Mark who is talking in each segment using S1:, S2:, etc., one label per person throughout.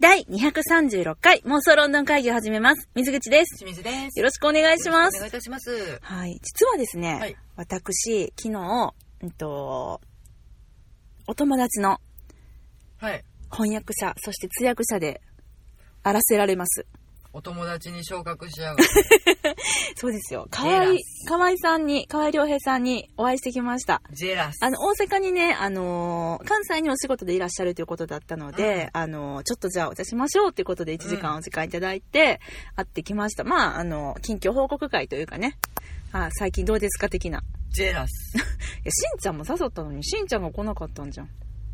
S1: 第236回妄想ロンドン会議を始めます。水口です。
S2: 清水です。
S1: よろしくお願いしま
S2: お
S1: す
S2: 願い。いたします。
S1: はい。実はですね、
S2: はい
S1: 私、昨日、うんと、お友達の
S2: はい。
S1: 翻訳者、そして通訳者で、あらせられます。
S2: お友達に昇格 しやがる。
S1: そうですよ。河合
S2: ジェラ、
S1: 河合さんに、河合良平さんにお会いしてきました。
S2: ジェラス。
S1: あの、大阪にね、あのー関西にお仕事でいらっしゃるということだったので、あのーちょっとじゃあお茶しましょうということで1時間お時間いただいて、会ってきました。まあ、あの近況報告会というかね、あ最近どうですか的な。い
S2: ジェラス。
S1: や、しんちゃんも誘ったのに、しんちゃんが来なかったんじゃん。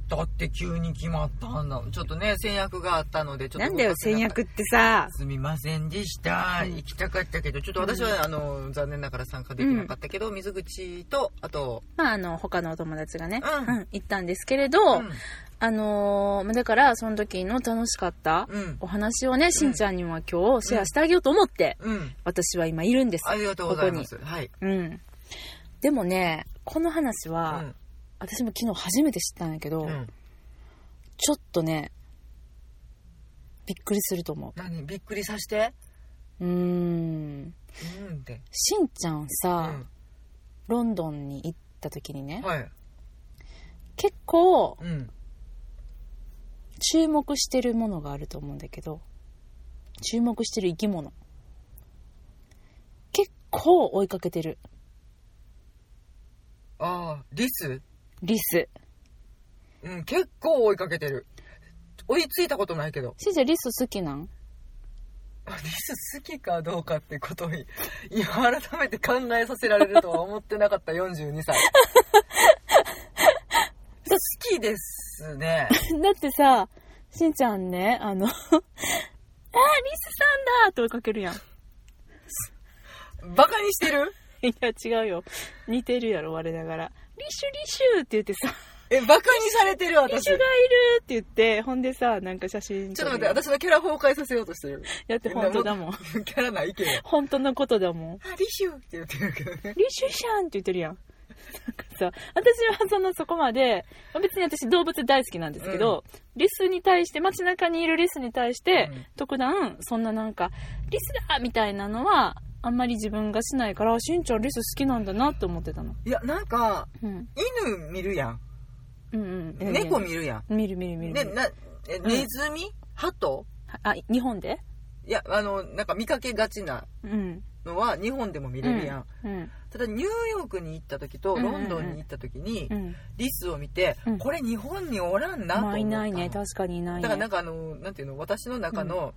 S2: だって急に決まったんだもん。ちょっとね、戦略があったので、ちょっと。
S1: なんだよ、戦。略ってさ。
S2: すみませんでした。
S1: うん
S2: 行きたかったけど、ちょっと私は、あの、残念ながら参加できなかったけど、水口と、あと、
S1: まあ、あの、他のお友達がね、う、
S2: うんん
S1: 行ったんですけれど、
S2: ん
S1: あのーまあだから、その時の楽しかった
S2: うん
S1: お話をね、しんちゃんにも今日シェアしてあげようと思って、
S2: うん。
S1: 私は今いるんです。
S2: ありがとうございます。はい。
S1: うん。でもね、この話
S2: う
S1: は、
S2: ん。
S1: 私も昨日初めて知ったんやけど、
S2: うん。
S1: ちょっとね、びっくりすると思
S2: 何びっくりさして。
S1: う。うーん。
S2: うんって。
S1: しんちゃん
S2: う
S1: さ、
S2: ん。
S1: ロンドンに行った時にね、
S2: はい。
S1: 結構
S2: うん。
S1: 注目してるものがあると思うんだけど、注目してる生き物。結構追いかけてる。
S2: ああ、リス
S1: リス。
S2: うん、結構追いかけてる。追いついたことないけど。
S1: しんちゃんリス好きなん
S2: リス好きかどうかってことに、 今改めて考えさせられるとは思ってなかった42歳。 好きですね。
S1: だってさ、しんちゃんね、あの、あー、リ スさんだーって追いかけるやん。
S2: バカにしてる
S1: いや、違うよ。似てるやろ、我ながら。リシュリシューって言ってさ、
S2: え、バカにされてる
S1: リ
S2: 私。ち
S1: シ
S2: ょ
S1: ュ
S2: っ
S1: がいるって言って、ほんでさ、なんか写真
S2: と 待って、私のキャラ崩壊させようとしてる。
S1: だって本当だもん。
S2: キャラないけど。
S1: 本当のことだもん。
S2: あ、リシュって言ってるけどね。
S1: リシュシャンって言ってるやん。なんかさ、私はそのそこまで、まあ別に私動物大好きなんですけど、リスに対して、街中にいるリスに対して、
S2: うん
S1: 特段、そんななんか、リスだみたいなのは、あんまり自分がしないから、しんちゃんリス好きなんだなって思ってたの。
S2: いや、なんか、
S1: うん。
S2: 犬見るやん。
S1: うんうん。え
S2: 猫見るや
S1: 見る見る
S2: ん。
S1: 見る見
S2: ね、
S1: る。
S2: な、えネズミ鳩
S1: あ、日本で
S2: いや、あの、なんか見かけがちな
S1: うん。
S2: のは日本でも見れるやん、
S1: うん。
S2: ただニューヨークに行った時と
S1: うんうんうん
S2: ロンドンに行った時に
S1: うん。
S2: リスを見て、
S1: うん
S2: これ日本におらんな
S1: ま
S2: と思った
S1: あ、
S2: の
S1: いないね。確かにいないね。
S2: だからなんかあのなんていうの私の中の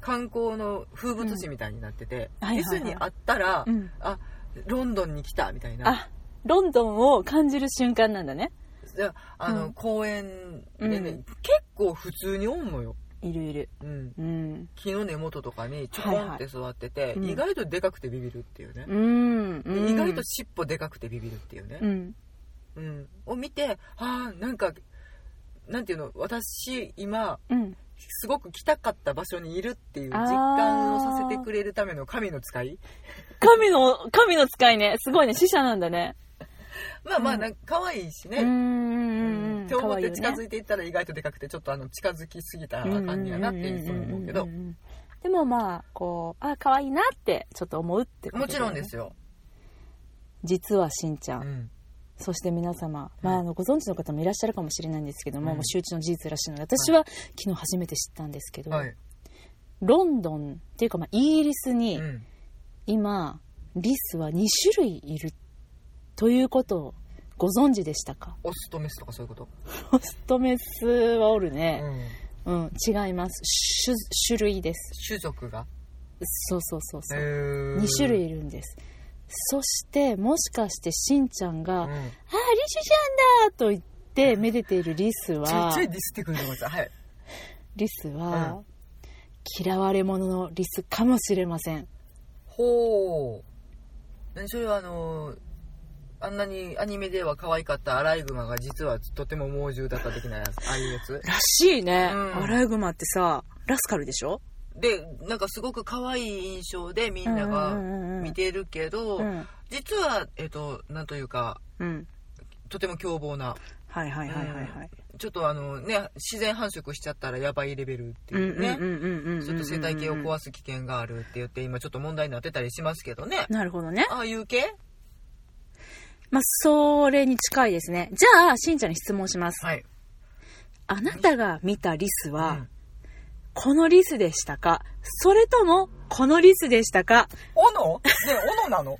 S2: 観光の風物詩みたいになってて、
S1: うんはいはいはい
S2: リスに会ったら、
S1: うん。
S2: あロンドンに来たみたいな
S1: あ、ロンドンを感じる瞬間なんだね。
S2: じゃああの、
S1: うん
S2: 公園でね、
S1: うん
S2: 結構普通におんのよ、
S1: いるいる。
S2: うん、
S1: うん。
S2: 木の根元とかにちょこんって座ってて、
S1: いはい
S2: 意外とでかくてビビるっていうね、
S1: うん。
S2: で
S1: うん
S2: 意外と尻尾でかくてビビるっていうね、
S1: うん。
S2: うん、を見てああなんかなんていうの私今
S1: うん。
S2: すごく来たかった場所にいるっていう実感をさせてくれるための神の使い
S1: 神の、神の使いね。すごいね。死者なんだね。
S2: まあまあ
S1: うん
S2: なんか可愛いし
S1: うんう
S2: ね、
S1: んうん。
S2: って思って近づ
S1: い
S2: いていったら意外とでかくてちょっとあの近づきすぎたらあかんねやなっていうふうに思うけど。
S1: でもまあ、こう、あ、可愛いなって、ちょっと思うってこと、
S2: もちろんで。すよ、
S1: 実はしんちゃ、
S2: うんん、
S1: そして皆様、まあ、あの、ご存知の方もいらっしゃるかもしれないんですけども、
S2: うん
S1: もう周知の事実らしいので、私は昨日初めて知ったんですけど、
S2: はい、
S1: ロンドンっていうか、まあ、イギリスに、
S2: うん、
S1: 今リスは2種類いるということをご存知でしたか
S2: オスとメスとかそういうこと、
S1: オスとメスはおる
S2: う
S1: ね、
S2: ん、
S1: うん違います種種類です
S2: 種族が、
S1: そうそうそうそう、
S2: 2
S1: 2種、類いるんですそしてもしかしてしんちゃんが「あ
S2: う
S1: ーリ
S2: ん、
S1: スちゃんだ!」と言ってめでているリス
S2: ちょい
S1: は
S2: ちょいディスってくると思いますはい
S1: リスは、嫌われ者のリスかもしれません
S2: ほうねそれはあのーあんなにアニメでは可愛かったアライグマが実はとても猛獣だった的なやつああいうやつ
S1: らしいね、
S2: うん
S1: アライグマってさラスカルでしょ
S2: でなんかすごく可愛い印象でみんな
S1: うん
S2: が
S1: うんうんうん
S2: 見てるけど、
S1: うん
S2: 実はえっとなんというか
S1: うん
S2: とても凶暴な
S1: はいはいはいはいはい。
S2: ちょっとあのね自然繁殖しちゃったらやばいレベルっていうね
S1: ね
S2: ちょっと生態系を壊す危険があるって言って今ちょっと問題になってたりしますけどね
S1: なるほどね。
S2: ああいう系
S1: まあ、それに近いですね。じゃあ、しんちゃんに質問します。
S2: はい、
S1: あなたが見たリス
S2: う
S1: は、
S2: ん、
S1: このリスでしたかそれとも、このリスでしたか
S2: 斧ね斧なの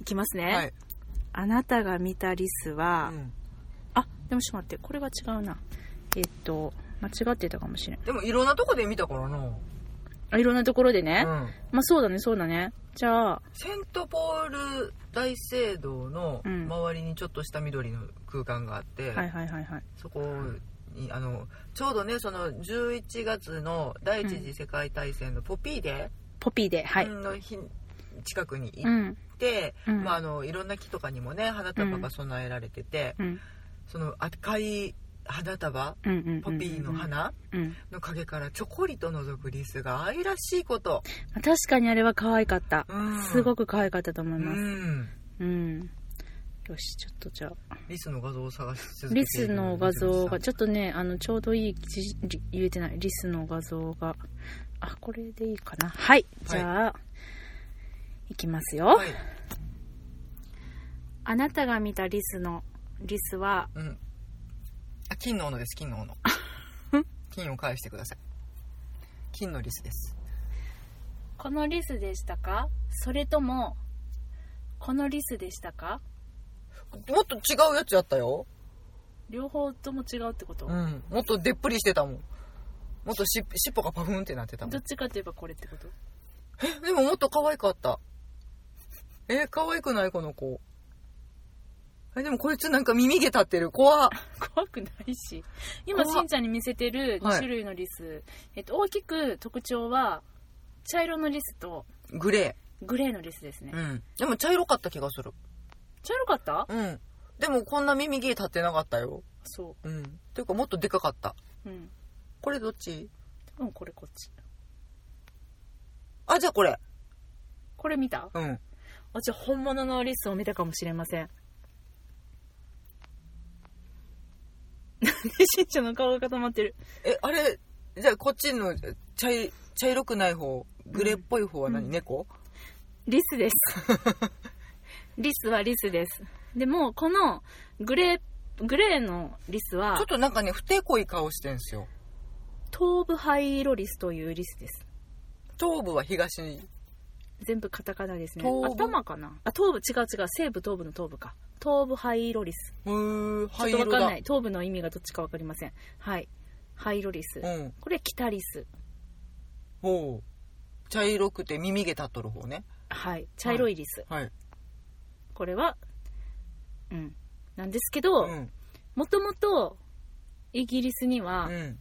S1: いきますね。
S2: はい、
S1: あなたが見たリスは、
S2: うん
S1: あ、でもちょっと待って、これは違うな。えっと、間違ってたかもしれん。
S2: でもいろんなとこで見たからな
S1: あいろんなところでね。
S2: うん
S1: まあ、そうだね、そうだね。じゃあ、
S2: セントポール大聖堂の
S1: うん
S2: 周りにちょっとした緑の空間があって、
S1: はいはいはいはい。
S2: そこにあのちょうどねその11月の第一次世界大戦のポピーデ
S1: ポピーで、はい。
S2: の日近くに
S1: う
S2: 行っ
S1: ん。
S2: て、
S1: うん
S2: まあ、あのいろんな木とかにもね花束が備えられてて、
S1: うん。
S2: その赤い花束
S1: うんうんうんうん。
S2: ポピーの花
S1: うん。ま
S2: の陰からちょこりと覗くリスが愛らしいこと、
S1: あ確かにあれは可愛かった。
S2: うん
S1: すごく可愛かったと思
S2: う
S1: います。
S2: ん、
S1: うん。よし、ちょっとじゃあ。
S2: リスの画像を探し続けている
S1: リスの画像が、
S2: リ
S1: ちょっとね、あの、ちょうどいいじ、り言えてない。リスの画像が。あ、これでいいかな。はい。じゃあ、い、きますよ、
S2: スさんはい、
S1: あなたが見たリスの、リスは、
S2: うん、あ金の斧です金の斧金を返してください金のリスです
S1: このリスでしたかそれとも、このリスでしたか
S2: もっと違うやつやったよ、
S1: 両方とも違うってこと、
S2: うん、もっとでっぷりしてたもんもっとし尻尾がパフンってなってたもん
S1: どっちかといえばこれってこと
S2: でももっと可愛かった。え、可愛くないこの子。え、でもこいつなんか耳毛立ってる。怖っ。
S1: 怖くないし今
S2: 怖っ
S1: しんちゃんに見せてる2種類のリス、えっと、大きく特徴は茶色のリスと
S2: グレ
S1: グレーのリスですね、
S2: ー。うん。でも茶色かった気がする。
S1: 茶色かった
S2: うん。でもこんな耳毛立ってなかったよ。
S1: そ
S2: うん。ていうかもっとでかかった。
S1: ううん
S2: これどっち
S1: 多分これこっち
S2: あ、じゃあこれ。
S1: これ見た
S2: うん。
S1: あじゃあ本物のリスを見たかもしれません なんでしんちゃんの顔が固まってる
S2: え、あれ、じゃあこっちの茶い茶色くない方、グレーっぽい方は何、
S1: うん
S2: 猫
S1: リスです リスはリスですでもこのグレーグレーのリス
S2: ちょ
S1: は
S2: っとなんかね、不手こい顔してんすよ。
S1: 東部ハイロリスというリスです
S2: 頭部は東に。
S1: 全部カタカナですね
S2: 東部
S1: 頭かなあ頭部違う違う西部東部の東部か東部ハイロリス
S2: う
S1: ちょっ
S2: ー、灰
S1: と
S2: 色
S1: わ
S2: だ。
S1: かんない東部の意味がどっちかわかりませんはいハイロリス、
S2: うん。
S1: これキタリス
S2: おう茶色くて耳毛立っとる方ね
S1: はい茶色いリス、
S2: はい
S1: これはうんなんですけど
S2: うん
S1: もともとイギリスには
S2: うん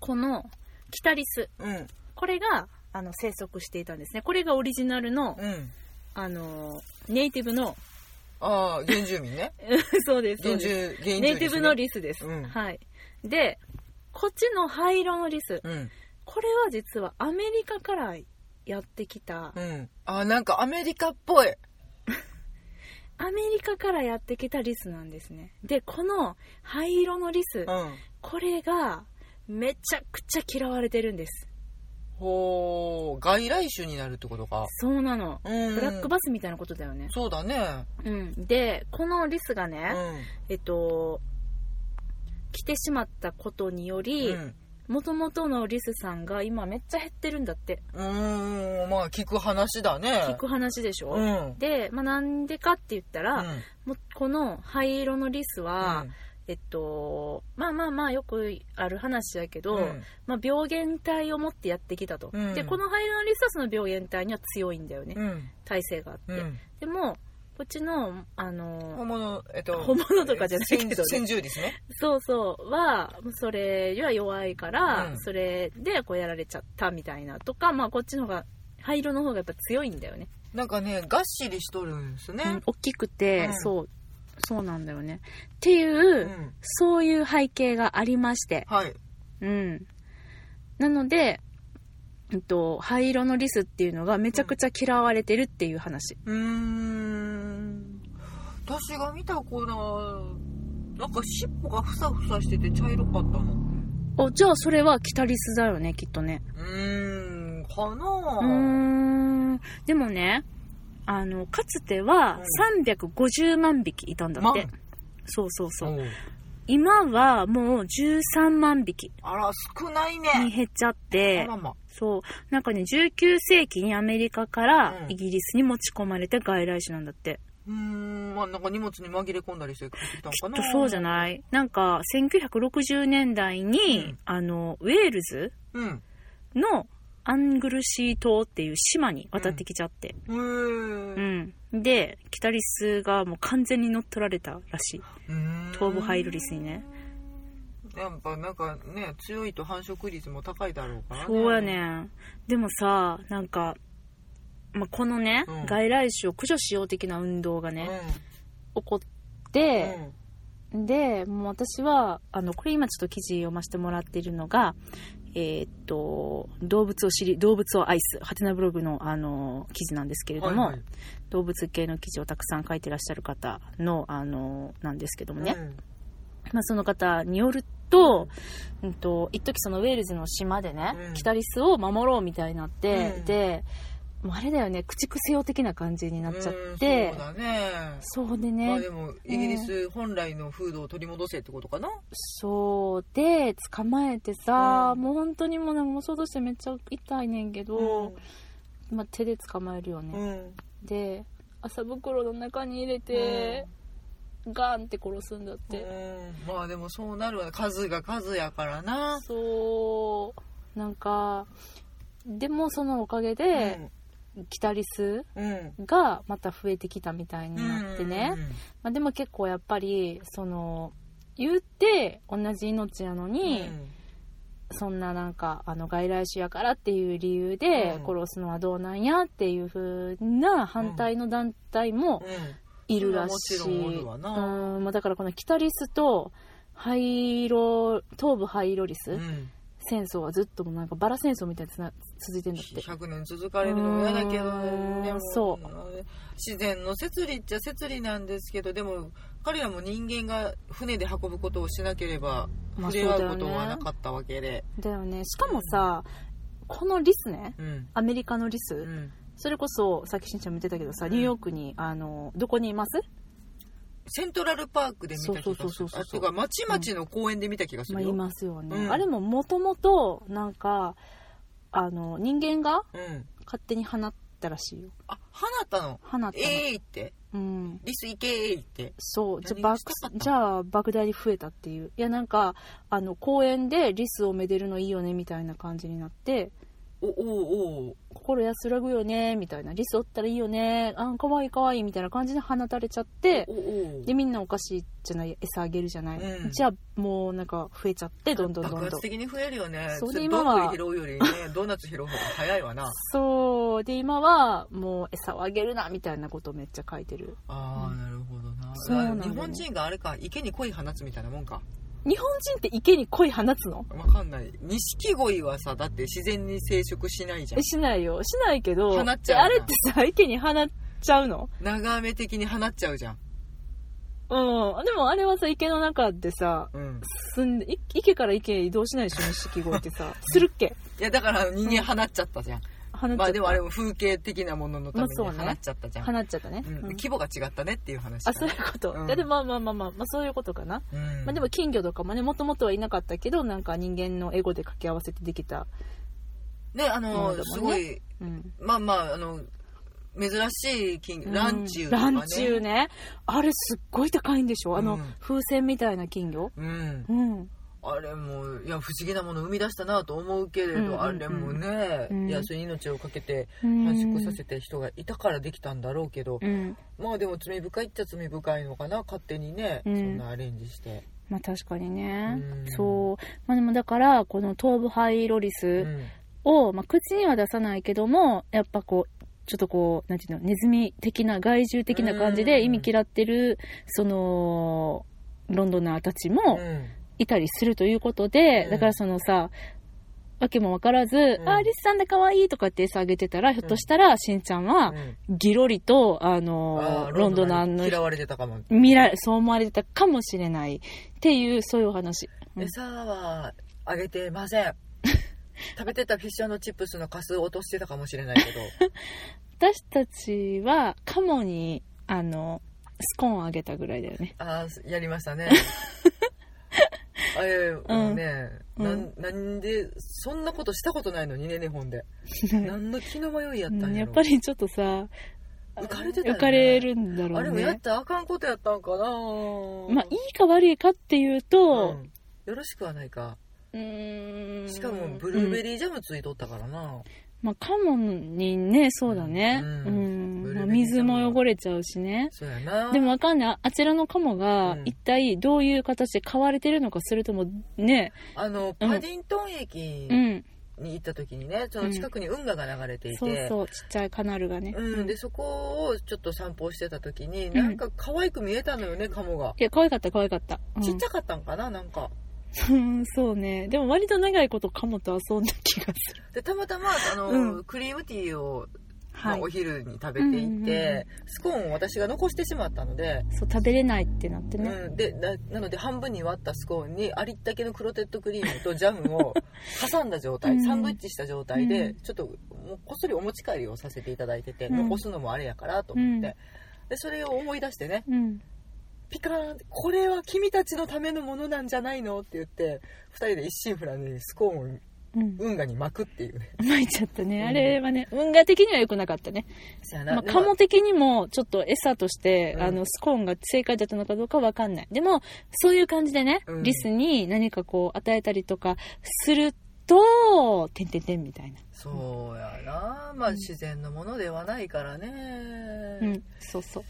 S1: このキタリス
S2: うん
S1: これがあの生息していたんですねこれがオリジナルの、
S2: うん
S1: あのネイティブの
S2: ああ原住民ね
S1: そうです そ
S2: 原
S1: うです
S2: 住原住民、ね、
S1: ネイティブのリスです。
S2: うん
S1: はい。で、こっちの灰色のリス。
S2: うん
S1: これは実はアメリカからやってきた
S2: う、んあーなんかアメリカっぽい
S1: アメリカからやってきたリスなんですね。で、この灰色のリス
S2: う、ん
S1: これがめちゃくちゃ嫌われてるんです。
S2: ほう外来種になるってことか
S1: そうなの。
S2: うん
S1: ブラックバスみたいなことだよね。
S2: そうだね
S1: うん。で、このリスが
S2: う
S1: ね、
S2: ん
S1: えっと、来てしまったことにより
S2: う、ん
S1: 元々のリスさんが今めっちゃ減ってるんだって。
S2: うーんまあ聞く話だね
S1: 聞く話でしょ、
S2: うんうん
S1: で、まあ、なんでかって言ったら、もうこの灰色のリスは、えっとまあまあまあよくある話やけ
S2: う
S1: ど、
S2: んうん
S1: まあ、病原体を持ってやってきたと、
S2: うん
S1: でこの灰色のリスはその病原体には強いんだよね、
S2: うん
S1: 耐性があって、
S2: うん
S1: でもこっちのあの
S2: 本物えっと
S1: 本物とかじゃないけどね
S2: 先住ですね
S1: そうそうはそれよりは弱いから、
S2: うん
S1: それでこうやられちゃったみたいなとか、まあ、こっちの方が灰色の方がやっぱ強いんだよね
S2: なんかねがっしりしとるんですね
S1: うん、大きくて、
S2: うん
S1: そうそうなんだよねっていう、
S2: うん
S1: そういう背景がありまして
S2: はい
S1: うんなので、えっと、灰色のリスっていうのがめちゃくちゃ嫌われてるっていう話、
S2: うーん私が見た子ななんか尻尾がふさふさしてて茶色かったの
S1: あ、じゃあそれはキタリスだよね、きっとね。
S2: うーんかな
S1: うーん。でもね、あの、かつては350万匹いたんだって
S2: 万。
S1: そうそうそうう。
S2: ん
S1: 今はもう13万匹
S2: あら少ない
S1: に
S2: ね
S1: 減っちゃっ
S2: あ
S1: て、
S2: らま
S1: そう。なんかね、19世紀にアメリカから
S2: うん
S1: イギリスに持ち込まれて外来種なんだって。
S2: うーんまあなんか荷物に紛れ込んだりして帰ってきたの
S1: き
S2: か
S1: っ
S2: な
S1: とそうじゃ
S2: い
S1: ないなんか、1960年代に、
S2: うん
S1: あの、ウェールズ
S2: うん
S1: のアングルシー島っていう島に渡ってきちゃって。
S2: へー
S1: うん。で、キタリスがもう完全に乗っ取られたらしい。東部ハイルリスにね。
S2: やっぱなんかね強いと繁殖率も高いだろうからね
S1: そうやねでもさ、なんか、まあ、このね、
S2: うん
S1: 外来種を駆除しよう的な運動がね、起こっ
S2: うん
S1: て、で、もう私は、あの、これ今ちょっと記事読ませてもらっているのが、えーっと、動物を知り、動物を愛す、ハテナブログの、あの、記事なんですけれども、
S2: はいはい
S1: 動物系の記事をたくさん書いてらっしゃる方の、あの、なんですけどもね、
S2: うん
S1: まあ、その方によると、うんと、一時そのウェールズの島でね、
S2: うん
S1: キタリスを守ろうみたいになって、
S2: うん
S1: で、もうあれだよね、駆逐せよ的な感じになっちゃっ
S2: うん
S1: て
S2: そう、だね
S1: そうで
S2: まあ
S1: ね
S2: で、もイギリス本来の風土を取り戻せってことかな、
S1: そうで、捕まえてさ、
S2: うん
S1: もう本当にもうなんかもう想像してめっちゃ痛いねんけど、まあ手で捕まえるよ
S2: う
S1: ね。
S2: ん
S1: で、麻袋の中に入れて、ガンって殺すんだっ
S2: う
S1: て。
S2: ん、まあでもそうなるわね数が数やからな
S1: そうなんかでもそのおかげで、キタリス
S2: うんうん
S1: がまた増えてきたみたいになってね、
S2: うん
S1: まあ、でも結構やっぱりその言って同じ命やのに、そんななんかあの外来種やからっていう理由で
S2: うん
S1: 殺すのはどうなんやっていう風な反対の団体もいるらし
S2: それはもちろんお
S1: い、
S2: るわ
S1: う
S2: なん
S1: まあだからこのキタリスと灰色東部ハイロリス、
S2: うんうん
S1: 戦争はずっともうなんかバラ戦争みたいにつな続いてんだって
S2: 100年続かれるのも嫌だけど
S1: うん
S2: でも
S1: そ
S2: 自然の摂理っちゃ摂理なんですけどでも彼らも人間が船で運ぶことをしなければ
S1: まあ
S2: 触れ合うこ
S1: そうだよ
S2: と
S1: ね
S2: はなかったわけで、
S1: だよねしかもさこのリスね
S2: うん
S1: アメリカのリス、
S2: うん
S1: それこそさっきしんちゃんも言ってたけどさ
S2: うん
S1: ニューヨークにあのどこにいます、
S2: セントラルパークで見た気
S1: そう
S2: が
S1: そう
S2: す
S1: そう
S2: る
S1: そう
S2: あてか町々の公園で見た気がす
S1: まあ、
S2: る
S1: い
S2: よ、
S1: ますよね、
S2: うん
S1: あれももともとなんかあの人間が
S2: うん
S1: 勝手に放ったらしいよ
S2: あ放ったの
S1: 放ったの、
S2: えいって
S1: うん
S2: リス行けーいって
S1: そうじゃ
S2: 何
S1: あ
S2: が
S1: 爆
S2: したかったの
S1: じゃあ莫大に増えたっていういやなんかあの公園でリスをめでるのいいよねみたいな感じになって
S2: おおお
S1: 心安らぐよねみたいなリスおったらいいよねあかわいいかわいいみたいな感じで放たれちゃって
S2: おお
S1: でみんなお菓子じゃない餌あげるじゃない、
S2: うん
S1: じゃあもうなんか増えちゃってどんどんどん
S2: 爆
S1: どん
S2: 発的に増えるよね
S1: そ
S2: そうう
S1: で
S2: れ
S1: 今
S2: どん
S1: は
S2: ぐり拾うよりねドーナツ拾う方が早いわな
S1: そうで今はもう餌をあげるなみたいなことめっちゃ書いてる
S2: ああなるほどな
S1: そうなんだよ
S2: 日
S1: ね
S2: 本人があれか池に鯉放つみたいなもんか
S1: 日本人って池に鯉放つの
S2: わかんない錦鯉はさだって自然に生殖しないじゃん
S1: えしないよしないけど
S2: 放っちゃうな
S1: あれってさ池に放っちゃうの
S2: 長め的に放っちゃうじゃん
S1: うんでもあれはさ池の中でさ
S2: うん
S1: 住んでい池から池へ移動しないでしょ錦鯉って さするっけ
S2: いやだから人間放っちゃったじゃん、
S1: 放っちゃった
S2: まあでもあれも風景的なもののために
S1: まあそうね
S2: 放っちゃったじゃん、
S1: 放っちゃったね、
S2: うん
S1: うん
S2: 規模が違ったねっていう話
S1: あそういうこと、
S2: うん
S1: いやでもまあまあまあまあ、まあ、そういうことかな、
S2: うん
S1: まあ、でも金魚とかもねもともとはいなかったけどなんか人間のエゴで掛け合わせてできた、
S2: ねあ
S1: うん
S2: の、
S1: でもね
S2: すごい
S1: うん、
S2: まあまああの珍しい金魚ランチュウと
S1: ラ
S2: かね
S1: ンチュウねあれすっごい高いんでしょあの、
S2: うん
S1: 風船みたいな金魚
S2: うん
S1: うん
S2: あれもいや不思議なものを生み出したなと思うけ
S1: う
S2: れど、
S1: んうんうん
S2: あれもね、
S1: うん
S2: いやそれ命をかけて
S1: 繁
S2: 繁殖させた人がいたからできたんだろうけど、
S1: うん
S2: まあでも罪深いっちゃ罪深いのかな勝手にね、
S1: うん
S2: そんなアレンジして、
S1: まあ確かにね、
S2: うん
S1: そうまあでもだからこの東部ハイロリ
S2: う
S1: ス
S2: ん
S1: を、まあ、口には出さないけどもやっぱこうちょっとこうなんていうのネズミ的な害獣的な感じ
S2: う
S1: で
S2: ん
S1: 意味嫌ってるそのロンドナーたちも、
S2: うん
S1: いたりするということで、
S2: うん
S1: だからそのさわけもわからず、
S2: うん
S1: あー、リスさんだ可愛いとかって餌あげてたら、ひょっとしたら、しんちゃんは、
S2: うん
S1: ギロリと、あの
S2: あ
S1: ー
S2: ー
S1: ロンドナー
S2: に
S1: の
S2: 嫌われてたかも。
S1: 見られ、そう思われてたかもしれない。っていう、そういうお話。うん
S2: 餌はあげてません。食べてたフィッシュチップスのカスを落としてたかもしれないけど。
S1: 私たちは、カモに、あの、スコーンあげたぐらいだよね。
S2: ああ、やり ましたね。あえ
S1: うん
S2: もうね、
S1: うん
S2: なん、なんで、そんなことしたことないのにね、日 本で。何の気の迷いやったんや
S1: う
S2: ろ
S1: ん。やっぱりちょっとさ、
S2: 浮かれてたよね
S1: 浮かれるんだろ
S2: あれ
S1: う
S2: もやっ
S1: ね。
S2: たらあかんことやったんかな
S1: まあ、いいか悪いかっていうと
S2: う、んよろしくはないか。
S1: うーん。
S2: しかも、ブルーベ
S1: リー。
S2: リージャムついとったからな。
S1: まあ、カモにね、そうだね。
S2: う
S1: うんん。
S2: ブルーベリー
S1: まあ、水も汚れちゃうしね。
S2: そうやな。
S1: でもわかんない。ああちらのカモ
S2: う
S1: が
S2: ん
S1: 一体どういう形で買われてるのか、それともね、
S2: あの、パディントン駅
S1: うん。
S2: に行った時にね、その近くに運河が流れていて、
S1: そうそう、ちっちゃいカナルがね。
S2: うん、でそこをちょっと散歩してた時になんか可愛く見えたのよねカモが、
S1: いや、可愛かった、可愛かった。うん
S2: ちっちゃかったんかななんか
S1: うん、 そうね。でも割と長いことカモと遊んだ気がする。
S2: でたまたまあの、
S1: うん
S2: クリームティーを、まあ
S1: はい
S2: お。昼に食べていて、
S1: うんうんう
S2: スコーンを私が残してしまったので、
S1: そう、食べれないってなってね。
S2: うん、でななので半分に割ったスコーンにありったけのクロテッドクリームとジャ ムを挟んだ状態、
S1: うん
S2: サンドイッチした状態で、
S1: うん
S2: ちょっともうこっそりお持ち帰りをさせていただいてて、
S1: うん
S2: 残すのもあれやからと思って、
S1: うん
S2: でそれを思い出してね
S1: うん。
S2: ピカーンってこれは君たちのためのものなんじゃないのって言って2人で一心不乱にスコーンを
S1: うん。
S2: 運河に巻くっていうね
S1: 巻いちゃった
S2: う
S1: ね。
S2: ん
S1: あれはね、運河的には良くなかったね。
S2: そや
S1: まあ、カモ的にも、ちょっと餌として、
S2: うん
S1: あの、スコーンが正解だったのかどうかわかんない。でも、そういう感じでね、
S2: うん
S1: リスに何かこう、与えたりとかすると、てんてんてんみたいな。
S2: そうやなまあ
S1: うん
S2: 自然のものではないからね
S1: う、ん、そうそう。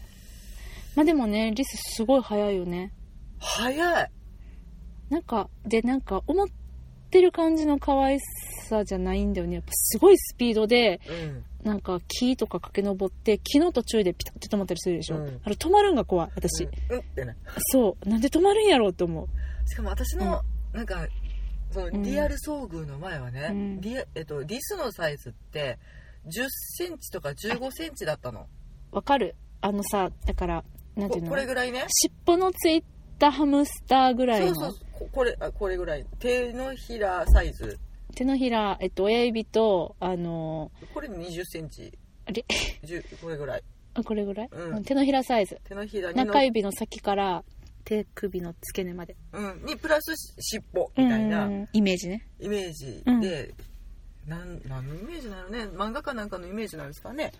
S1: まあでもね、リスすごい早いよね。
S2: 早い
S1: なんか、で、なんか、思ってる感じの可愛さじゃないんだよね。やっぱすごいスピードで、
S2: うん
S1: なんか木とか駆け上って、昨日途中でピタッと止まったりするでしょ。
S2: うん
S1: あれ止まるんが怖い、私。
S2: うん、うんってね
S1: そう。なんで止まるんやろうって思う。
S2: しかも私の、なんかその
S1: ん
S2: リアル遭遇の前はね、
S1: うん
S2: リアえっと、リスのサイズって1 0ンチとか1 5ンチだったの
S1: わかるあのさ、だから、なんていう
S2: こ
S1: の
S2: これぐらいね
S1: 尻尾のついたハムスターぐらい
S2: そう
S1: の。
S2: そうそうここれあこれぐらい手のひらサイズ
S1: 手のひら、えっと、親指と、あの
S2: これ2 0センチ
S1: あれ
S2: 10これぐらい
S1: ー あこれぐらい、
S2: うん
S1: うん手のひらサイズ。
S2: 手のひらにの
S1: 中指の先から手首の付け根まで。
S2: うん、にプラスし尻尾みたいな
S1: うんイメージね。
S2: イメージ
S1: うん
S2: で、なん、何のイメージなのね漫画かなんかのイメージなんですかね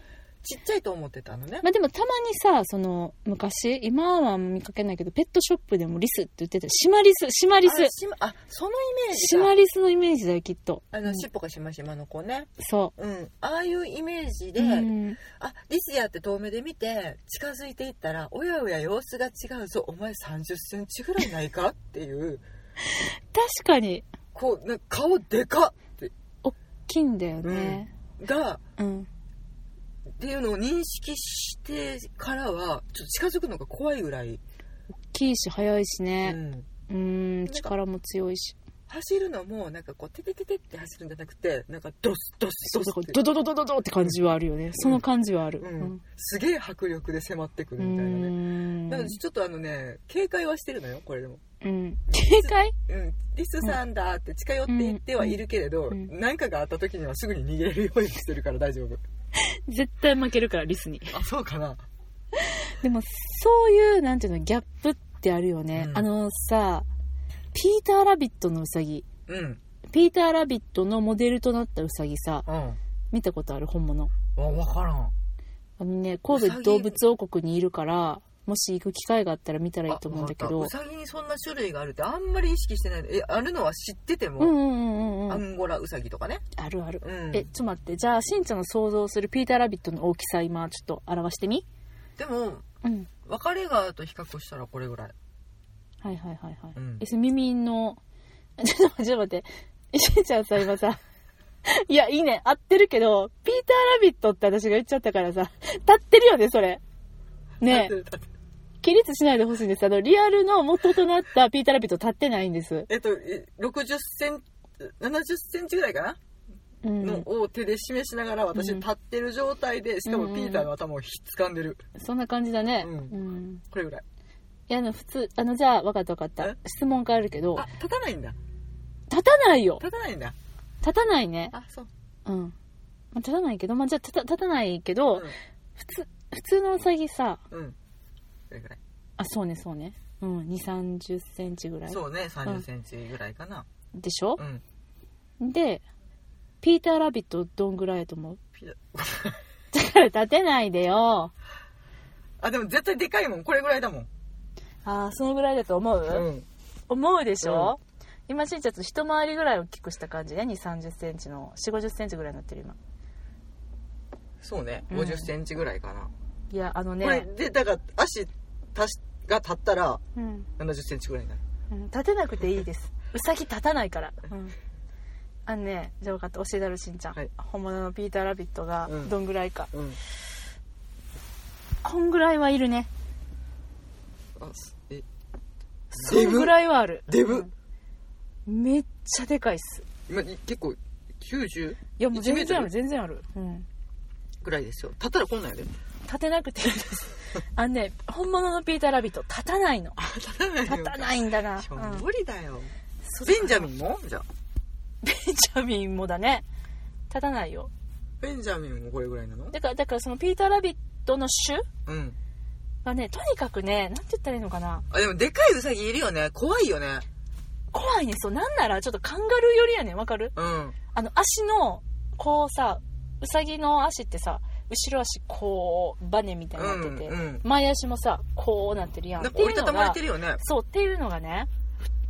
S2: ちっちゃいと思ってたのね、
S1: まあでもたまにさ、その、昔、今は見かけないけど、ペットショップでもリスって言ってた。シマリス、シマリス
S2: あ。しまあそのイメージ
S1: シ
S2: が
S1: マリスのイメージだよ、きっと。
S2: あ
S1: う
S2: の
S1: ん
S2: 尻尾がしましまの子ね
S1: そ
S2: うんああいうイメージ
S1: う。
S2: で、
S1: うん
S2: あリスやって遠目で見て近づいていったらおやおや様子が違うぞお前3 0センチぐらいないかっていう
S1: 確かに、
S2: こうなんか顔でかっって
S1: 金だよね。
S2: が
S1: うん。
S2: っていうのを認識してからはちょっと近づくのが怖いぐらい、
S1: 大きいし、速いし
S2: う
S1: ね。
S2: ん、
S1: うーん、力も強いし。
S2: 走るのもなんかこうテテテテって走るんじゃなくてなんかドスドス
S1: そ
S2: ド
S1: う
S2: ス
S1: そ
S2: っ
S1: う
S2: て、
S1: ドドドドドドって感じはあるよね。その感じはある。
S2: う
S1: うんん。、
S2: すげえ迫力で迫ってく
S1: う
S2: るみたいなね
S1: ん
S2: だからちょっとあのね警戒はしてるのよこれでも、
S1: うん。警戒
S2: うん、リスさんだって近寄っていってはいるけれど
S1: うんうん
S2: 何かがあった時にはすぐに逃げれるようにしてるから大丈夫
S1: 絶対負けるから、リスに。
S2: あそうかな
S1: でも、そういう、なんていうの、ギャップってあるよね。
S2: うん
S1: あのさ、ピーター・ラビットのウサギ。
S2: うん
S1: ピーター・ラビットのモデルとなったウサギさ、
S2: うん
S1: 見たことある本物。
S2: 分からん
S1: あのね、
S2: ウ
S1: 神
S2: サ
S1: 戸
S2: ギ
S1: 動物王国にいるから、もし行く機会があったら見たらいいと思うんだけ
S2: あ
S1: ど
S2: わ。かったウサギにそんな種類があるってあんまり意識してないえあるのは知ってて
S1: うんう
S2: も、
S1: んうんうん
S2: ア
S1: うん。
S2: ンゴラウサギとかね、
S1: あるある。
S2: うん、
S1: え、ちょっと待って。じゃあ、しんちゃんの想像するピーター・ラビットの大きさ、今、ちょっと表してみ。
S2: でも
S1: うん。
S2: 別れ川と比較したらこれぐらい、
S1: はいはいはいはい。
S2: うん
S1: え、それ耳の、 ちょっと待って、ちょっと待って。しんちゃんさ、今さ、 いや、いいね。合ってるけど、ピーター・ラビットって私が言っちゃったからさ、立ってるよね、それ。ねえ、起立しないでほしいんです。あの、リアルの元となったピーター・ラビット立ってないんです。
S2: えっとえ60セン70センチぐらいかな、
S1: うん
S2: のを手で示しながら私
S1: うん
S2: 立ってる状態で、しかも
S1: うん
S2: ピーターの頭をひっ掴んでる。
S1: そんな感じだね。
S2: う
S1: うんん。
S2: これぐらい。
S1: いや、あの、普通、あの、じゃあ、わかったわかっ
S2: え
S1: た。質問変えるけど
S2: あ、、立たないんだ。
S1: 立たないよ
S2: 立たないんだ。
S1: 立たないね。
S2: あ、そう。
S1: うん。まあ立たないけど、まあ、じゃあ立た、立たないけ
S2: う
S1: ど、
S2: ん。
S1: 普通、普通のウサギさ、
S2: うん。これぐらい。
S1: あ、そうね、そうね。うん、2、30センチぐらい。
S2: そうね、
S1: う
S2: 30
S1: ん
S2: センチぐらいかな。
S1: でしょ
S2: う、ん。
S1: で、ピーターラビットどんぐらいやと思う
S2: ピーター
S1: だから立てないでよ。
S2: あ、でも絶対でかいもん。これぐらいだもん。
S1: ああ、そのぐらいだと思う、
S2: うん。
S1: 思うでしょ、今しんちゃんと一回りぐらい大きくした感じね。2、30センチの、4、50センチぐらいになってる今。
S2: そうね、
S1: うん
S2: 50センチぐらいかな。
S1: いや、あの
S2: これ
S1: ね、
S2: で、だから足足しが立ったら
S1: うん、
S2: 70センチぐらいになる。
S1: うん立てなくていいです。 うさぎ立たないから。うんあのね、じゃあ分かった、教えたるしんちゃん、
S2: はい
S1: 本物のピーター・ラビットが
S2: うん
S1: どんぐらいか。
S2: うん。
S1: こんぐらいはいるね。
S2: あ、すえ、
S1: そ
S2: デブ
S1: んぐらいはある。
S2: デブ
S1: うんめっちゃでかいっす。
S2: 今い結構 90?
S1: いや、もう全然あ
S2: 1メート
S1: る、
S2: ル
S1: 全然ある。うん。
S2: ぐらいですよ。立ったらこんなんやで。
S1: 立てなくていいです。 あのね、本物のピーター・ラビット、立たないの。
S2: 立たないよ。
S1: 立たないんだが。
S2: し
S1: う
S2: ょ
S1: ん、
S2: 無理だよ。
S1: そう
S2: ベンジャミンもじゃあ。
S1: ベンジャミンもだね。立たないよ。
S2: ベンジャミンもこれぐらいなの
S1: だから、だからそのピーター・ラビットの種
S2: うん。
S1: がね、とにかくね、なんて言ったらいいのかな。
S2: あ、でもでかいウサギいるよね。怖いよね。
S1: 怖いね。そう、なんならちょっとカンガルー寄りやねん。わかる
S2: うん。
S1: あの、足の、こうさ、うさぎの足ってさ、後ろ足こう、バネみたいになってて、
S2: うんうん
S1: 前足もさ、こうなってるやん。
S2: なんか折りたたまれて
S1: る
S2: るよね。
S1: そう、っていうのがね、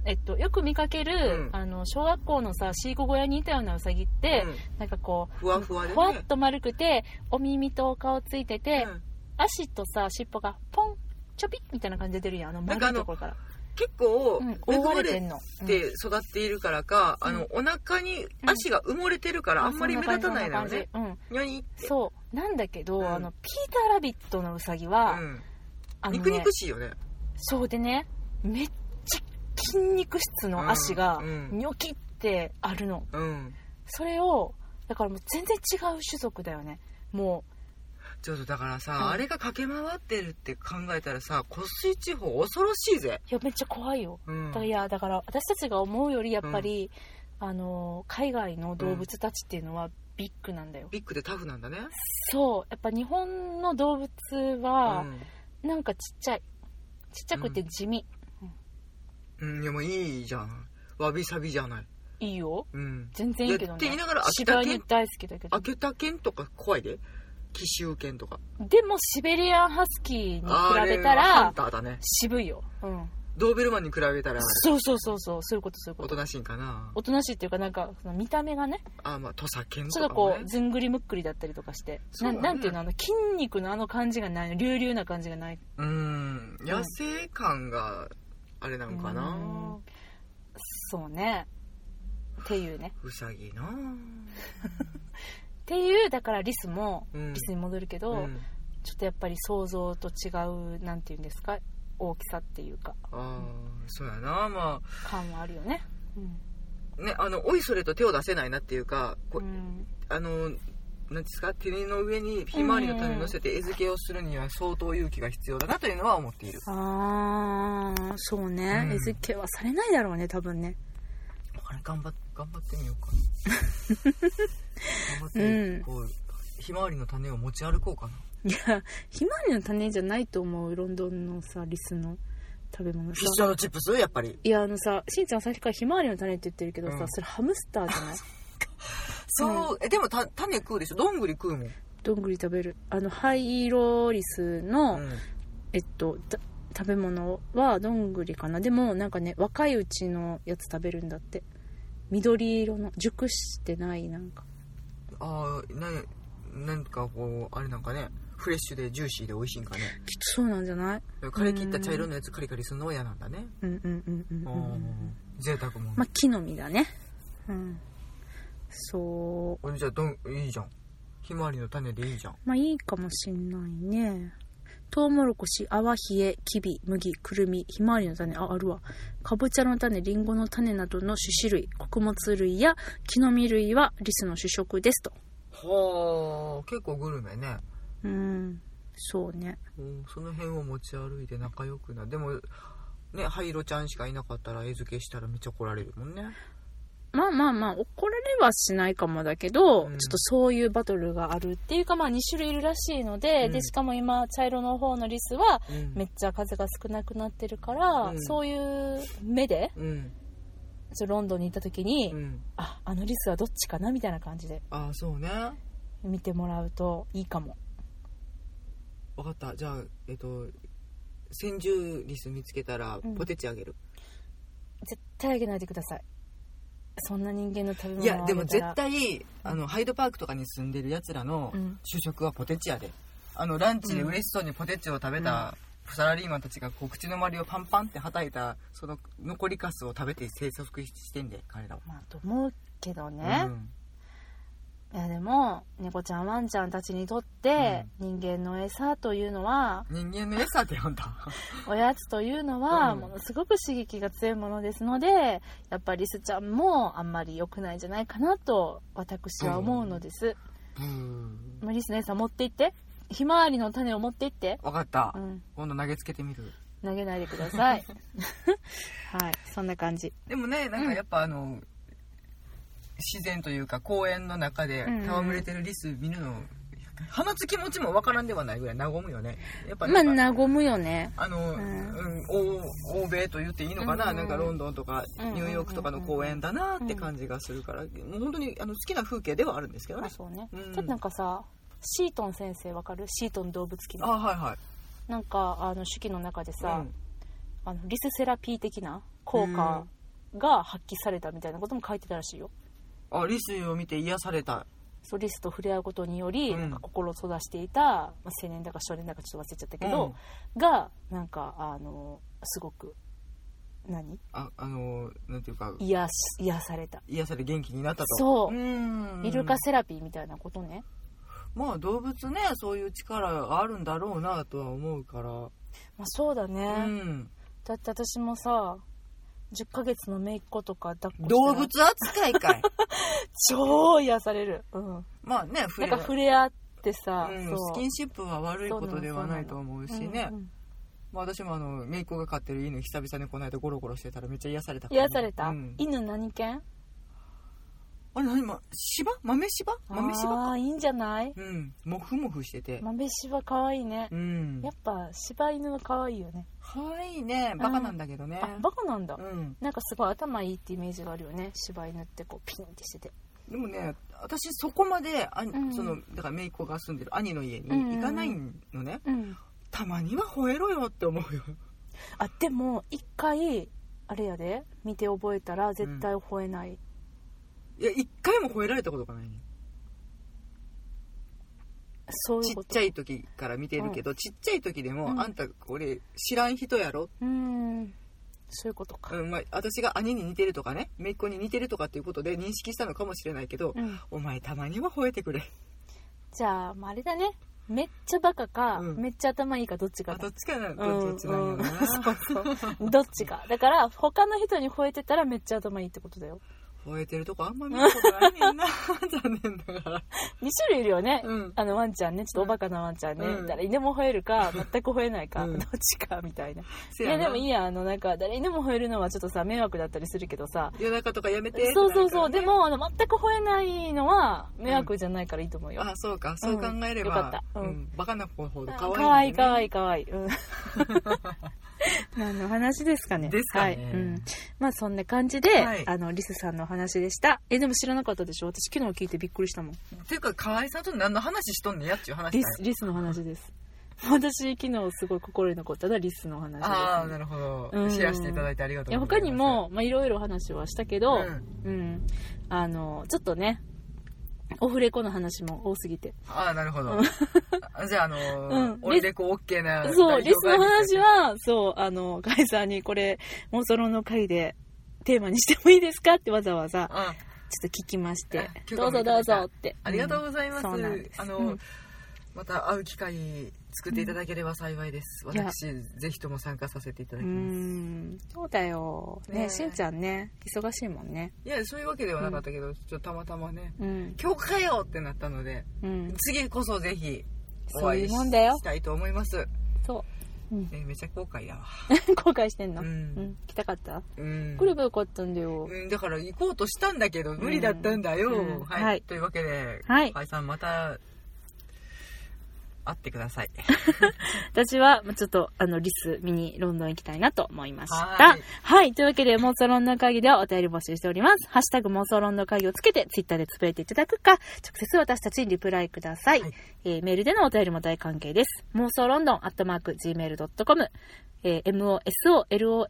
S1: えっと、よく見かける、
S2: うん
S1: あの、小学校のさ、飼育小屋にいたようなうさぎって、
S2: う
S1: なんかこう、
S2: ふわふわでね
S1: ふわっと丸くて、お耳とお顔ついてて、
S2: んうん。
S1: 足とさ、尻尾がポン、ちょぴっみたいな感じで出るやん。あの、
S2: な
S1: 丸
S2: んかあ
S1: い
S2: の
S1: ところから。
S2: 結構
S1: うん、、
S2: 恵
S1: 覆わ
S2: ま
S1: れ
S2: れ
S1: てん
S2: て
S1: の。うん
S2: 育っているからか、あの、お腹に足が埋もれてるから、あんまり目立たないのよ
S1: そんな感
S2: ね。。
S1: じそんな感じ
S2: にょにって。
S1: うん。そう。なんだけど、
S2: うん
S1: あの、ピーター・ラビットのウサギは、
S2: うん。
S1: あの、ね、
S2: 肉肉しいよね。
S1: そうでね、めっちゃ筋肉質の足が
S2: う、ん
S1: ニョキってあるの。
S2: うん。
S1: それを、だからもう全然違う種族だよね。も
S2: ちょっとだからさ、
S1: うん
S2: あれが駆け回ってるって考えたらさ、湖水地方恐ろしいぜ。
S1: う、いや、めっちゃ怖いよ。
S2: うん
S1: だからいやだから私たちが思うよりやっぱり、あの海外の動物たちっていうのはビッグなんだよ、
S2: ビッグでタフなんだね。
S1: そうやっぱ日本の動物はなんかちっちゃいちっちゃくて地味、
S2: うん。うん、でもいいじゃん。わびさびじゃない。
S1: いいよ
S2: うん。
S1: 全然いいけど
S2: いやって言
S1: ね
S2: いながら秋田
S1: 柴
S2: 犬
S1: 犬大好きだけど
S2: 秋田犬とか怖いで。紀州犬とか。
S1: でもシベリアンハスキーに比
S2: あれ
S1: べた
S2: はハン
S1: ら
S2: ターだね。
S1: 渋いよ、うん、
S2: ドーベルマンに比べたら、
S1: そうそうそうそうそういうことそういう
S2: お
S1: ことと
S2: なしいんかな。
S1: おとなしいっていうかなんかその見た目がね
S2: あ、まあ、土佐犬
S1: ち
S2: と
S1: ょっ
S2: か
S1: と
S2: も
S1: こ
S2: ね
S1: う、。ずんぐりむっくりだったりとかして、
S2: そう
S1: な
S2: だね
S1: なんていうの、あの筋肉のあの感じがないの、隆々な感じがない。
S2: うん。野生感が、あれなのかな
S1: う。んそうね。っていうね。
S2: うさぎな
S1: っていう、だからリスも、
S2: うん
S1: リスに戻るけど、
S2: うん。
S1: ちょっとやっぱり想像と違う、なんていうんですか、大きさっていうか、
S2: ああ、そうやな。ま
S1: 感はあるよね。うん。
S2: あ、ね、あの、おいそれと手を出せないなっていうか、こう
S1: うん
S2: あの、なんですか、手の上にひまわりの種を乗せて餌付けをするには相当勇気が必要だなというのは思っている。
S1: あー、そうね
S2: うん
S1: 餌付けはされないだろうね、多分ね。
S2: あれ頑張っ頑張ってみ ようかな。頑張って、
S1: うん
S2: こう、ひまわりの種を持ち歩こうかな。
S1: いや、ひまわりの種じゃないと思う、ロンドンのさ、リスの食べ物
S2: 必勝のチップスやっぱり。
S1: いや、あのさ、しんちゃんさっきからひまわりの種って言ってるけどさ、
S2: うん
S1: それハムスターじゃない
S2: そう、え、でもた種食うでしょどんぐり食うもん。
S1: どんぐり食べる。あの、灰色リスの、えっと、た食べ物はどんぐりかな。でも、なんかね、若いうちのやつ食べるんだって。緑色の、熟してない、なんか。
S2: ああ、な、なんかこう、あれなんかね、フレッシュでジューシーで美味しいんかね。
S1: きっとそうなんじゃない
S2: 枯れ切った茶色のやつカリカリするのは嫌なんだね。
S1: うんうんうんうん
S2: う
S1: うんうん。
S2: ん。贅沢もん。
S1: まあ、木の実だね。うん。そう。
S2: 俺じゃあどんいいじゃんひまわりの種でいいじゃん
S1: まあ、いいかもしんないね。トウモロコシ、泡冷え、キビ、麦、くるみ、ひまわりの種、あ、あるわ。かぼちゃの種、りんごの種などの種子類、穀物類や木の実類はリスの主食ですと。
S2: はあ結構グルメね
S1: うん、そうね。
S2: うんその辺を持ち歩いて仲良くなでもねハイロちゃんしかいなかったら餌付けしたらめっちゃ怒られるもんね
S1: まあまあまあ、怒られはしないかもだけど、
S2: うん
S1: ちょっとそういうバトルがあるっていうか、まあ2種類いるらしいので、
S2: うん
S1: で、しかも今、茶色の方のリスは、
S2: うん
S1: めっちゃ数が少なくなってるから、
S2: うん
S1: そういう目で、
S2: うん
S1: ちょロンドンに行った時に、
S2: うん
S1: あ、あのリスはどっちかなみたいな感じで
S2: ああそうね
S1: 見てもらうといいかも。
S2: 分かったじゃあえっと先住リス見つけたら
S1: うん
S2: ポテチあげる、
S1: 絶対あげないでください。そんな人間の食べ物を
S2: いやでも
S1: あげた
S2: 絶
S1: ら
S2: 対あのハイドパークとかに住んでるやつらの
S1: うん
S2: 主食はポテチやであのランチで
S1: うん
S2: 嬉しそうにポテチを食べたサラリーマンたちがこう口の周りをパンパンってはたいたその残りカスを食べて生息してんで彼らは
S1: まあ、と思うけどね。いやでも猫ちゃんワンちゃんたちにとって人間の餌というのは、
S2: うん、人間の餌って呼んだ
S1: おやつというのは
S2: うん
S1: ものすごく刺激が強いものですのでやっぱりリスちゃんもあんまり良くないんじゃないかなと私は思うのです、
S2: ブー
S1: まあリスの餌持って行ってひまわりの種を持って行って、
S2: 分かった
S1: うん、
S2: 今度投げつけてみる
S1: 投げないでください はいそんな感じ
S2: でもねなんかやっぱあの、自然というか公園の中で
S1: うんうん
S2: 戯れてるリス見るの放つ気持ちもわからんではないぐらい和むよねやっぱ
S1: ま
S2: な
S1: あ
S2: んか
S1: 和むよね
S2: あの、
S1: う
S2: うんん欧欧米と言っていいのかな、
S1: うん
S2: なんかロンドンとか
S1: うんうんうん
S2: ニューヨークとかの公園だなって感じがするから、もう本当にあの好きな風景ではあるんですけど
S1: ま
S2: ね
S1: あ。そうね、
S2: うん
S1: ちょっとなんかさシートン先生わかるシートン動物記
S2: あ
S1: の
S2: はいはい。
S1: なんかあの手記の中でさ、
S2: うん
S1: あのリスセラピー的な効果が発揮されたみたいなことも書いてたらしいよ。
S2: あリスを見て癒された。
S1: そうリスと触れ合うことにより、
S2: うん
S1: なんか心を閉ざしていた、まあ、青年だか少年だかちょっと忘れちゃったけど、がなんかあのすごく何
S2: ああのなんていうか
S1: 癒し癒された、
S2: 癒され元気になったと。
S1: そう、
S2: ん
S1: イルカセラピーみたいなことね
S2: まあ動物ねそういう力があるんだろうなとは思うから。
S1: まあそうだね、
S2: うん。
S1: だって私もさ10ヶ月の姪っ子とか抱っこした
S2: 動
S1: ら
S2: 物扱い かい。
S1: 超癒される、うん、
S2: まあね
S1: な
S2: 触れ
S1: んか触れ合ってさ、
S2: うん
S1: そう
S2: スキンシップは悪いことではないと思うしね。
S1: うんうん
S2: まあ、私もあの姪っ子が飼ってる犬久々にこの間ゴロゴロしてたらめっちゃ癒されたから
S1: 癒された、
S2: うん
S1: 犬何犬
S2: あれ何今芝豆芝豆芝
S1: ああーいいんじゃない
S2: うんモフモフしてて、
S1: 豆柴可愛いね、
S2: うん
S1: やっぱ柴犬は可愛いよね、
S2: 可愛いねバカなんだけどね
S1: あバカなんだ、
S2: うん
S1: なんかすごい頭いいってイメージがあるよね柴犬ってこうピンってしてて
S2: でもね私そこまで兄、
S1: うん
S2: そのだから姪っ子が住んでる兄の家に
S1: うん
S2: 行かないのね、
S1: うん
S2: たまには吠えろよって思うよ
S1: あでも一回あれやで見て覚えたら絶対吠えない、
S2: いや一回も吠えられたことがないね
S1: そうい
S2: ち
S1: う
S2: っ
S1: こと
S2: ちゃい時から見てるけど、ちっちゃい時でも、
S1: うん
S2: あんた俺知らん人やろ
S1: うんそういうことか、
S2: うんまあ、私が兄に似てるとかね姪っ子に似てるとかっていうことで認識したのかもしれないけど、
S1: うん
S2: お前たまには吠えてくれ
S1: じゃあ、まあ、あれだねめっちゃバカか、
S2: うん
S1: めっちゃ頭いいかどっちか
S2: あ
S1: だ
S2: どっちかな、
S1: うん
S2: どっちなんやろな、
S1: そうそうどっちかだから他の人に吠えてたらめっちゃ頭いいってことだよ
S2: 吠えてるとこあんま見たことないねんな 残念だから
S1: 2種類いるよね、
S2: うん
S1: あのワンちゃんねちょっとおバカなワンちゃんね、
S2: うん
S1: 誰にでも吠えるか全く吠えないか、
S2: うん
S1: どっちかみたいな
S2: せ
S1: いやでもいい
S2: い
S1: やあのなんか誰にでも吠えるのはちょっとさ迷惑だったりするけどさ
S2: 夜中とかやめて
S1: そうそうそう、
S2: って
S1: でもあの全く吠えないのは迷惑じゃないからいいと思うよ、
S2: なるからねあそうかそう考えれ
S1: よかっ
S2: ば、
S1: たうん
S2: バカな子ほど
S1: あ
S2: 可愛い、ね、
S1: 可愛い可愛い可愛い うん何の話ですかね
S2: ですかね
S1: はいうん、まあそんな感じで、
S2: はい
S1: あのリスさんのお話でしたえでも知らなかったでしょ私昨日聞いてびっくりしたもん
S2: ていうか河合さんと何の話しとんねやっちゅう話だ
S1: リ
S2: よ
S1: スリスの話です私昨日すごい心に残ったのはリスの話です
S2: ああなるほど、
S1: うん
S2: シェアしていただいてありが
S1: い
S2: と
S1: うや
S2: ござ
S1: 他
S2: いま
S1: に
S2: す
S1: もまあいろいろ話はしたけど、
S2: うん
S1: うんあのちょっとねオフレコの話も多すぎて、
S2: ああなるほど、あじゃああの
S1: うん
S2: ーオリレコ OK な
S1: そう
S2: 代表
S1: リスの
S2: 会議
S1: 話
S2: 室
S1: はそうあのガイさんにこれ妄想論の回でテーマにしてもいいですかってわざわざ
S2: うん
S1: ちょっと聞きまして
S2: あ許可
S1: どうぞ
S2: も
S1: どう
S2: いただいた
S1: ぞって
S2: ありがとうございます。
S1: そうなんです
S2: あの、
S1: うん
S2: また会う機会作っていただければ幸いです。
S1: いや
S2: 私、ぜひとも参加させていただ
S1: う
S2: きます。
S1: んそうだよね
S2: ね
S1: しんちゃんね忙しいもんね
S2: いや、そういうわけではなかったけど、ちょっとたまたまね、
S1: うん
S2: 今日かよってなったので、
S1: うん
S2: 次こそぜひお
S1: そう
S2: 会
S1: い
S2: いうし
S1: もんだよ
S2: したいと思います。
S1: そう、 うん、
S2: ねめっちゃ後悔だわ。
S1: 後悔してんの
S2: う。
S1: うんん来たかった
S2: うん
S1: 来ればよかったんだよ
S2: うん、だから行こうとしたんだけど無理だったんだよ、
S1: うん
S2: はい、
S1: はい
S2: というわけで、
S1: はい
S2: 河合さんまた会ってくだ さい
S1: 私は、まあちょっと、あの、リス見にロンドン行きたいなと思いました。は
S2: はいい
S1: というわけで、妄想ロンドン会議ではお便り募集しております。ハッシュタグ妄想ロンドン会議をつけて、ツイッターでつぶやいていただくか、直接私たちにリプライください。
S2: はい
S1: えーメールでのお便りも大歓迎です。妄想ロンドンアットマーク Gmail.com、えー MOSOLON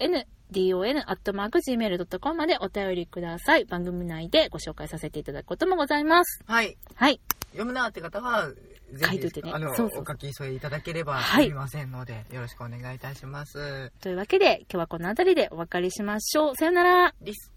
S1: don アットマーク gmail.com までお便りください。番組内でご紹介させていただくこともございます。
S2: はい
S1: はい。
S2: 読むなって方はぜひ
S1: 書いといてね
S2: あの
S1: そうそう
S2: お書き添えいただければ
S1: はい
S2: すみませんので、よろしくお願いいたします
S1: というわけで、今日はこの辺りでお別れしましょう。さよなら。
S2: リス